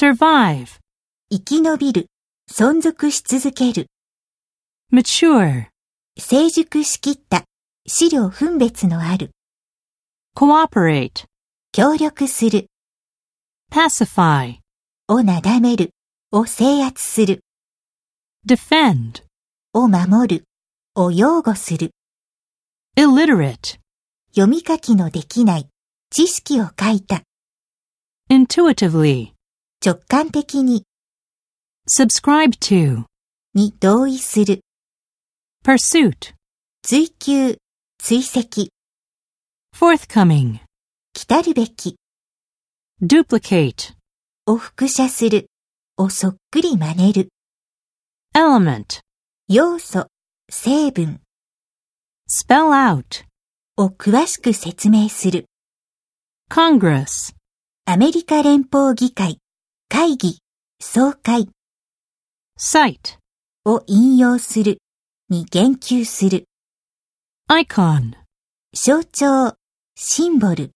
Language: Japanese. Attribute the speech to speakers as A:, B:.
A: survive,
B: 生き延びる、存続し続ける、
A: mature,
B: 成熟しきった、資料分別のある、
A: cooperate,
B: 協力する、
A: pacify,
B: をなだめる、を制圧する、
A: defend,
B: を守る、を擁護する、
A: illiterate,
B: 読み書きのできない、知識を書いた、
A: intuitively,
B: 直感的に、
A: subscribe to,
B: に同意する、
A: pursuit,
B: 追求、追跡、
A: forthcoming,
B: 来たるべき、
A: duplicate,
B: を複写する、をそっくり真似る、
A: element,
B: 要素、成分、
A: spell out,
B: を詳しく説明する、
A: congress,
B: アメリカ連邦議会、会議、総会
A: site,
B: を引用する、に言及する、
A: icon.
B: 象徴、シンボル、